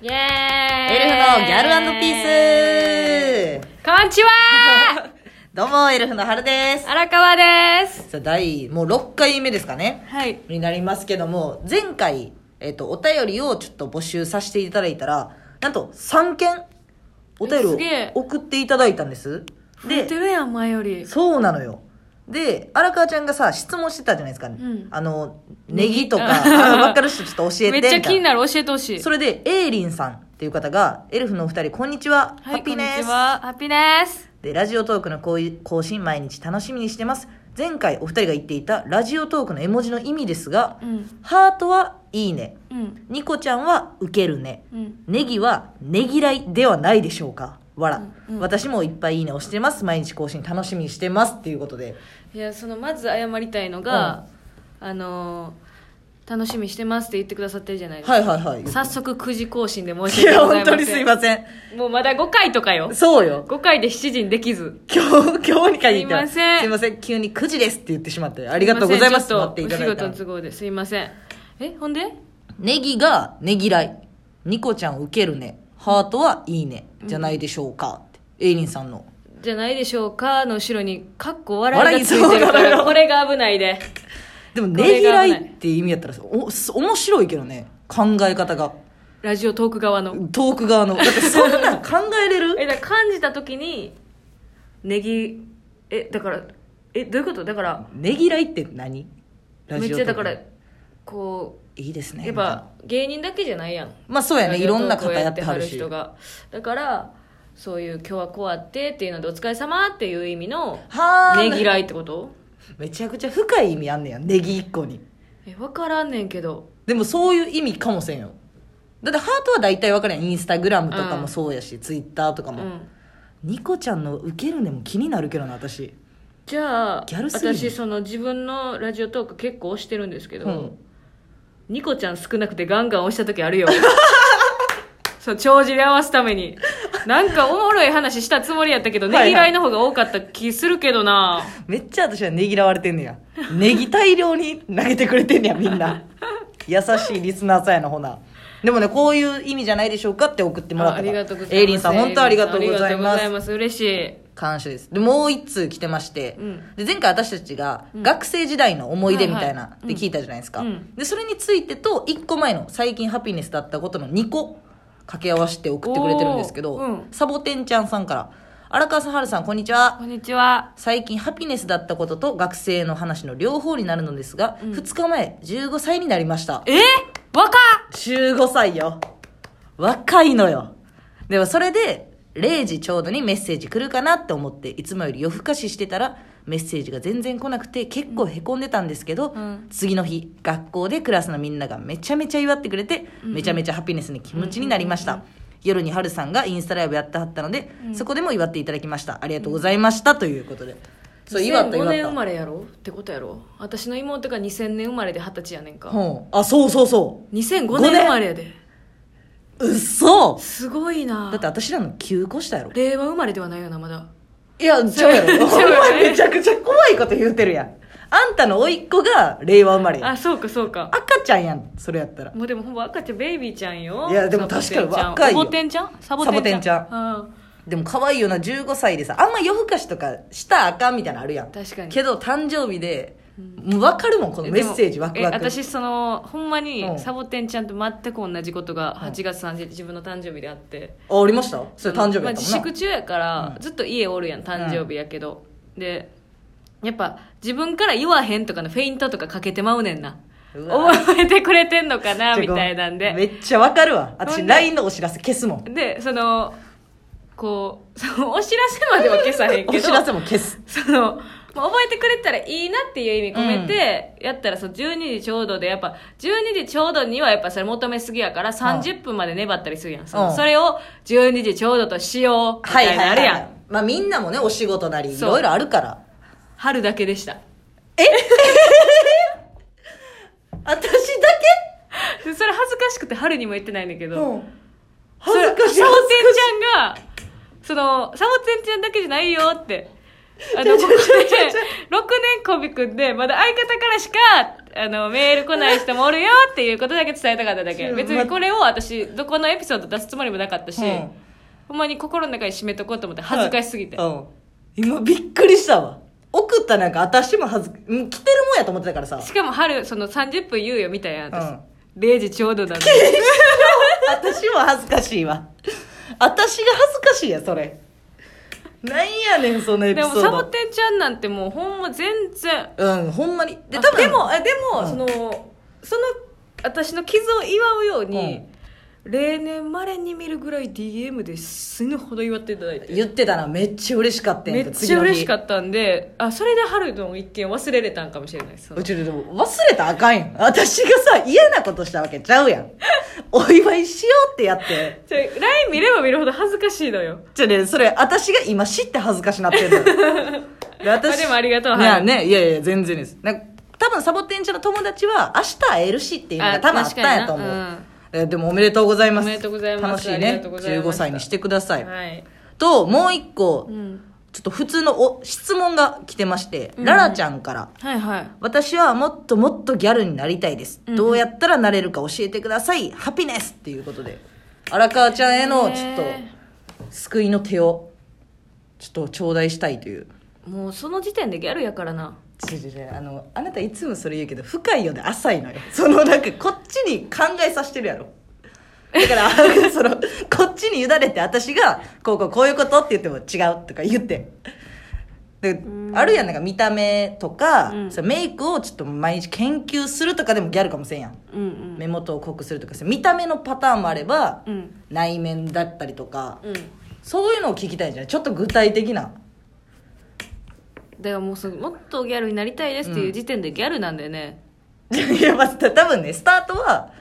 イエーイエルフのギャルピースこんにち はどうも、エルフの春です。荒川ですさあ、第、もう6回目ですかねはいになりますけども、前回、えっ、と、お便りをちょっと募集させていただいたら、なんと3件、お便りえすげえを送っていただいたんです。増えでて、るやん前よりそうなのよ。で、荒川ちゃんがさ、質問してたじゃないですか。んあの、ネギとか、ネギあのばっかりしてちょっと教えてめみっちたいゃな気になる教えてほしいそれで、エイリンさんっていう方が、エルフのお二人、こんにちはは。ハいッピこーんでにすち。はハッピーですで、ラジオトークのこうい更新毎日楽しみにしてます。前回お二人が言っていたラジオトークの絵文字の意味ですが、うんハートはいいね。うんニコちゃんはウケるね。うんネギはねぎらいではないでしょうか。わら、うんうん私もいっぱいいいね押してます。毎日更新楽しみにしてます。っていうことで。いやそのまず謝りたいのが、あのー楽しみにしてますって言ってくださってるじゃないですか、はいはいはい。早速9時更新で申いし訳や、ございませ本当んにすいません。もうまだ5回とかよそうよ。 5回で7時にできず今日、今日に限っては。すいませんすいません。急に9時ですって言ってしまって。ありがとうございます。ちょっとお待っていた仕だいた事ののに都合ですいませんえほんでネギがねぎらい。ニコちゃんウケるね。ハートはいいね。じゃないでしょうか。ってエイリンさんの。じゃないでしょうかの後ろに「かっこ笑い」がつい笑ているそうかなの らよこれが危ないででも、こねれぎがら危ないいって意味やったらお、す面白いけどね。考え方が。ラジオトーク側のトーク側の。だってそんなん考えれる えだから感じた時にネギえだからえどういうことだからねぎらいって何ラめっジオちゃとだからこいいですうね。やっみたいなぱ芸人だけじゃないやんまあそうやね。いろんな方やってはるし。人がだからそういう「今日はこうあって」っていうので「お疲れ様っていう意味のはねぎー。らいってことめちゃくちゃ深い意味あんねや。ネギ一個に。え分からんねんけどでもそういう意味かもせんよだってハートは大体分かるやんインスタグラムとかもそうやし、ツイッターとかうも、んニコちゃんのウケるねも気になるけどな私じゃあギャルすぎる私その自分のラジオトーク結構押してるんですけど、うんニコちゃん少なくてガンガン押した時あるよ そう帳尻合わすためになんかおもろい話したつもりやったけどはいはねいぎらいの方が多かった気するけどなめっちゃ私はねぎらわれてんねやネギ大量に投げてくれてんねやみ んな優しいリスナーさんやなほなでもねこういう意味じゃないでしょうかって送ってもらったあありがとうございますエイリンさん本当ありがとうございありまがとうございすます嬉しい感謝ですでもう一通来てまして、うんで前回私たちが学生時代の思い出みたいはいなはっいて聞いたじゃないですか、うんでそれについてと1個前の最近ハピネスだったことの2個掛け合わせて送ってくれてるんですけど、おーうんサボテンちゃんさんから「荒川さんはるさんこんにちは」こんにちは最近ハピネスだったことと学生の話の両方になるのですが、うん2日前15歳になりましたえ若っ15歳よ若いのよでもそれで0時ちょうどにメッセージ来るかなって思っていつもより夜更かししてたらメッセージが全然来なくて結構へこんでたんですけど、うん次の日学校でクラスのみんながめちゃめちゃ祝ってくれて、めちゃめちゃハピネスな気持ちになりました、夜にハルさんがインスタライブやってはったので、そこでも祝っていただきましたありがとうございました、ということでそう祝った2005年祝生ったまれやろってことやろ私の妹が2000年生まれで二十歳やねんかほうあそうそうそ2005年生まれやでううっそすごいなだって私らの9個下やろ令和生まれではないよなまだいや、ちゃうやろ。ちゃうよねお前めちゃくちゃ怖いこと言うてるやん。あんたの甥っ子が令和生まれやんあそうかそうか赤ちゃんやん、それやったら。もうでもほぼ赤ちゃんベイビーちゃんよいやでも確かに若いよサボテンちゃんサボテンちゃんサボテンちうんでも可愛いよな、15歳でさ、あんま夜更かしとかしたらあかんみたいなのあるやん。確かにけど、誕生日で、もう分かるもん、このメッセージ、でワもクワク。え私そのほんまにうんサボテンちゃんと全く同じことがうん8月30日自分の誕生日であってあ、ありましたそれ誕生日まやあった自もんな。粛中やからうんずっと家おるやん誕生日やけどでやっぱ自分から言わへんとかのフェイントとかかけてまうねんなうわ覚えてくれてんのかなちょみたいなんでめっちゃ分かるわ。ほ私、んで LINE のお知らせ消すもん。でそのこうそのお知らせまでは消さへん おけど知らせも消す。その、まあ、覚えてくれたらいいなっていう意味込めて、やったらそう12時ちょうどでやっぱ12時ちょうどにはやっぱそれ求めすぎやから30分まで粘ったりするやん、そのうんそれを12時ちょうどとしようみはたいいはいなのはあいるやん、はい。まあみんなもね、お仕事なり、いそうろいろあるから。春だけでした 私だでそれ恥ずかしくて春にも言ってないんだけけど、ん。恥ずかしい。それサボテンちゃんがそのサボテンちゃんだけじゃないよってあのここで6年コビくんでまだ相方からしかあのメール来ない人もおるよっていうことだけ伝えたかっただけうん別にこれを私どこのエピソード出すつもりもなかったし、うんほんまに心の中に締めとこうと思って恥ずかしすぎて、うん今びっくりしたわ送ったなんか私も恥ずうん来てるもんやと思ってたからさしかも春その30分言うよみたいな私、うん0時ちょうどだね 私も恥ずかしいわ私が恥ずかしいやそれなんやねんそのエピでソーもドサボテンちゃんなんてもうほんま全然うんほんまにでで多分でもあでも、うんそのその私の傷を祝うように、例年まれに見るぐらい DM で死ぬほど祝っていただいて言ってたなめっちゃ嬉しかったやめんかっちゃ嬉しかっったんであそれで春の一件忘れれたんかもしれないですうちでも忘れたらあかんやん私がさ嫌なことしたわけちゃうやんお祝いしようってやってじゃ LINE 見れば見るほど恥ずかしいのよじゃあねそれ私が今知って恥ずかしなってるのよで まあでもありがとうね,、、はいねいやいや全然ですなんか多分サボテンちゃんの友達は明日会えるしっていうのがあ多分あったんやと思う、確かになうんえでもおめでとうございますおめでとうございます楽しいありねがとうございま15した歳にしてください、はい、ともう一個、うん、ちょっと普通のお質問が来てまして、ララちゃんからはいはい私はもっともっとギャルになりたいです、うんどうやったらなれるか教えてくださいハピネスっていうことで荒川ちゃんへのちょっとね救いの手をちょっと頂戴したいというもうその時点でギャルやからな違う違う違うあのあなたいつもそれ言うけど深いようで浅いのよそのなんかこっちに考えさせてるやろだから そのこっちに委ねて私がこうこうこういうことって言っても違うとか言ってであるやんなんか見た目とか、うんそのメイクをちょっと毎日研究するとかでもギャルかもしれんやんうんうん目元を濃くするとかさ見た目のパターンもあれば、うん内面だったりとかうんそういうのを聞きたいんじゃないちょっと具体的なだからもうそのもっとギャルになりたいですっていう時点でギャルなんだよね、 いや、まあ、た多分ね、スタートは、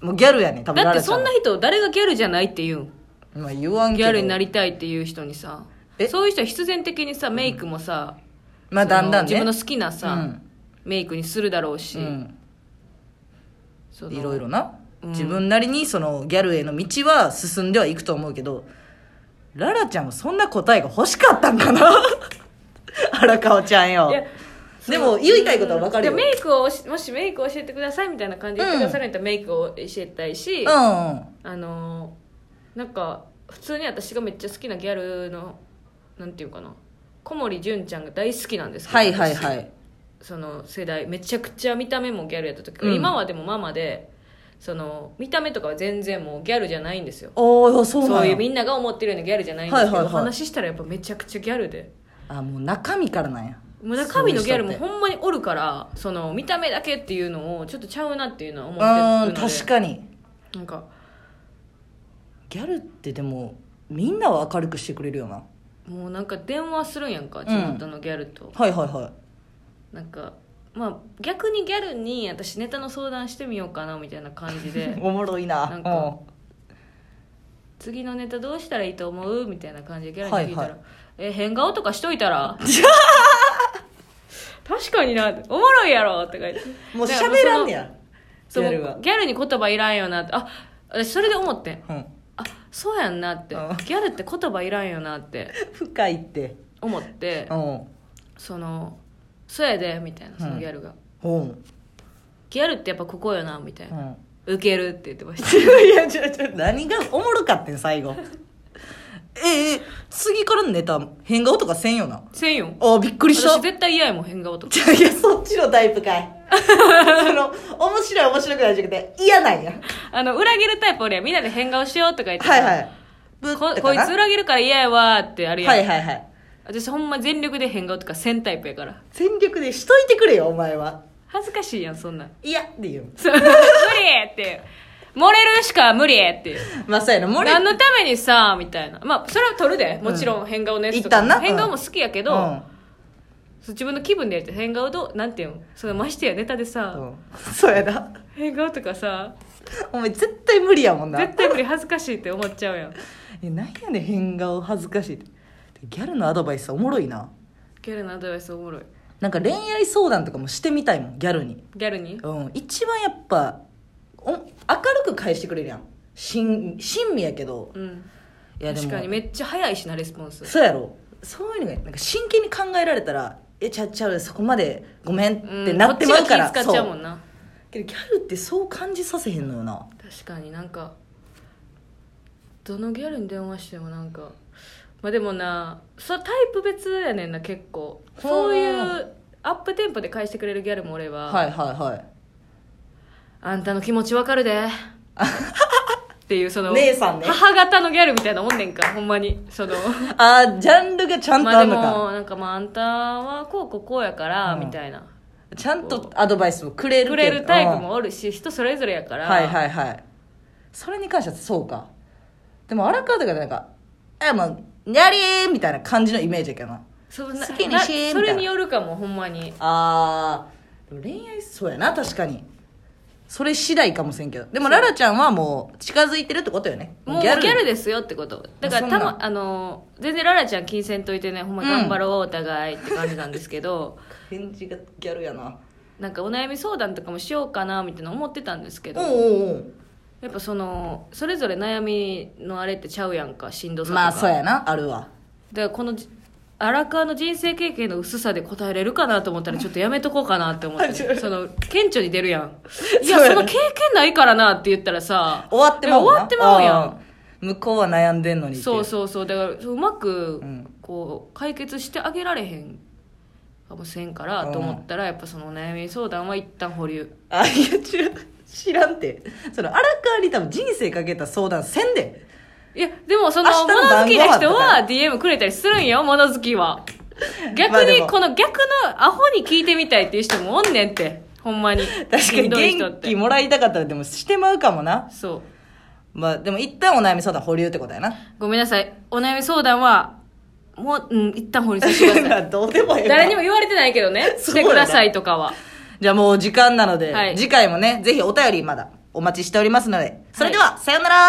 もうギャルやねん、多分だっラてラちゃそんんはな人誰がギャルじゃないって言うんまあ、言わんけギど。ャルになりたいっていう人にさえそういう人は必然的にさメイクもさ、まあ、だんだんね。その自分の好きなさ、うんメイクにするだろうし、うそん。のいろいろな。うん自分なりに、その、ギャルへの道は進んではいくと思うけど、ララちゃんもそんな答えが欲しかったんかな 荒川ちゃんよいや。でも、言いたいことはわかるよ。でメイクをしもしメイクを教えてくださいみたいな感じで言ってくださるんやったらメイクを教えたいし、うんうん。あのーなんか普通に私がめっちゃ好きなギャルのなんていうかな小森純ちゃんが大好きなんですけどはいはい私はい。その世代めちゃくちゃ見た目もギャルやった時から、うん今はでもママでその見た目とかは全然もうギャルじゃないんですよおー、そうそなんういやうみんなが思ってるようなギャルじゃないんですけど、はいはいはいお話ししたらやっぱめちゃくちゃギャルであ、もう中身からなんや。もう中身のギャルもそういう人ってほんまにおるからその見た目だけっていうのをちょっとちゃうなっていうのは思うっん、てるので確かに。なんかギャルってでもみんなは明るくしてくれるよなもうなんか電話するんやんか地元のギャルと、はいはいはいなんかまあ逆にギャルに私ネタの相談してみようかなみたいな感じで おもろいななんか次のネタどうしたらいいと思うみたいな感じでギャルに聞いたらはいはい「え変顔とかしといた ら? 」確かになおもろいやろって書いてうん、もう喋らんねやそのギャルはギャルに言葉いらんよなってあ私それで思ってんうんあそうやんなってギャうんルって言葉いらんよなって深いって思ってうんその「そうやで」みたいなそのギャルがうん「ギャルってやっぱここよな」みたいうなん「ウケる」って言ってました いやちょちょ何がおもろかってん最 後ええ次からのネタ変顔とかせんよなせんよあびっくりした私絶対嫌やもん変顔とか じゃあいやそっちのタイプか いその面白い面白くないじゃなくて嫌なんやあの裏切るタイプ俺やんみんなで変顔しようとか言ってさはいはいぶこってかこいなつ裏切るから嫌やわーってあるやん、はいはいはい私ほんま全力で変顔とかせんタイプやから全力でしといてくれよお前は恥ずかしいやんそんなんいやって言うそう無理って漏れるしか無理ってまあそうやな漏れ何のためにさみたいなまあそれは撮るでもちろん変顔のやつとか一旦な変顔も好きやけど、うんそう自分の気分でやって変顔どうなんていうのそのましてやネタでさ、うんそうやな変顔とかさお前絶対無理やもんな絶対無理恥ずかしいって思っちゃうやんえなんやねん変顔恥ずかしいってギャルのアドバイスおもろいなギャルのアドバイスおもろいなんか恋愛相談とかもしてみたいもんギャルにギャルにうん一番やっぱお明るく返してくれるやん親親身やけどうんいやでも確かにめっちゃ早いしなレスポンスそうやろそういうのがなんか真剣に考えられたらえちゃうちゃうそこまでごめんうんってなってまうから、こっちが気使っちゃうもんなそうけどギャルってそう感じさせへんのよな確かになんかどのギャルに電話してもなんかまあでもなそうタイプ別やねんな結構ほうそういうアップテンポで返してくれるギャルもおれば、はいはいはいあんたの気持ちわかるでっていうその姉さんね母方のギャルみたいなもんねんかほんまにそのあージャンルがちゃんとまああるでのもか、なんかまああんたはこうこうこうやから、うんみたいなちゃんとアドバイスもくれるくけどれるタイプもおるし人それぞれやかうらんはいはいはいそれに関してはそうかでも荒川とかなんか「えもうやりー!」みたいな感じのイメージやけどなそんな好きにしーみたいななそれによるかもほんまにあーでも恋愛そうやな確かにそれ次第かもしれんけどでもララちゃんはもう近づいてるってことよねもうギャルですよってことだからそたんなんまあの全然ララちゃん金銭といてねほんまうん頑張ろうお互いって感じなんですけど、 返事がギャルやななんかお悩み相談とかもしようかなみたいな思ってたんですけおど、うおうおうやっぱそのそれぞれ悩みのあれってちゃうやんかしんどさとかまあそうやなあるわだからこのじ荒川の人生経験の薄さで答えれるかなと思ったらちょっとやめとこうかなって 思ってその顕著に出るやんいやそうやねその経験ないからなって言ったらさ終わってまうな終わってまうやんあー向こうは悩んでんのにっていそうそうそうだからうまくうんこう解決してあげられへんかもしれんからうんと思ったらやっぱそのお悩み相談は一旦保留あいや知ら知らんてその荒川に多分人生かけた相談せんでいやでもその明日の物晩好きな人ご飯は DM くれたりするんよ物好き はまあ逆でにもこの逆のアホに聞いてみたいっていう人もおんねんってほんまに確かしにんどい人元っ気てもらいたかったらでもしてまうかもなそうまあでも一旦お悩み相談保留ってことやなごめんなさいお悩み相談はもう、うん、一旦保留させてく ださどうでもいいいわ誰にも言われてないけどねそしうやてなくださいとかはじゃあもう時間なので、はい次回もねぜひお便りまだお待ちしておりますのでそれでは、さようなら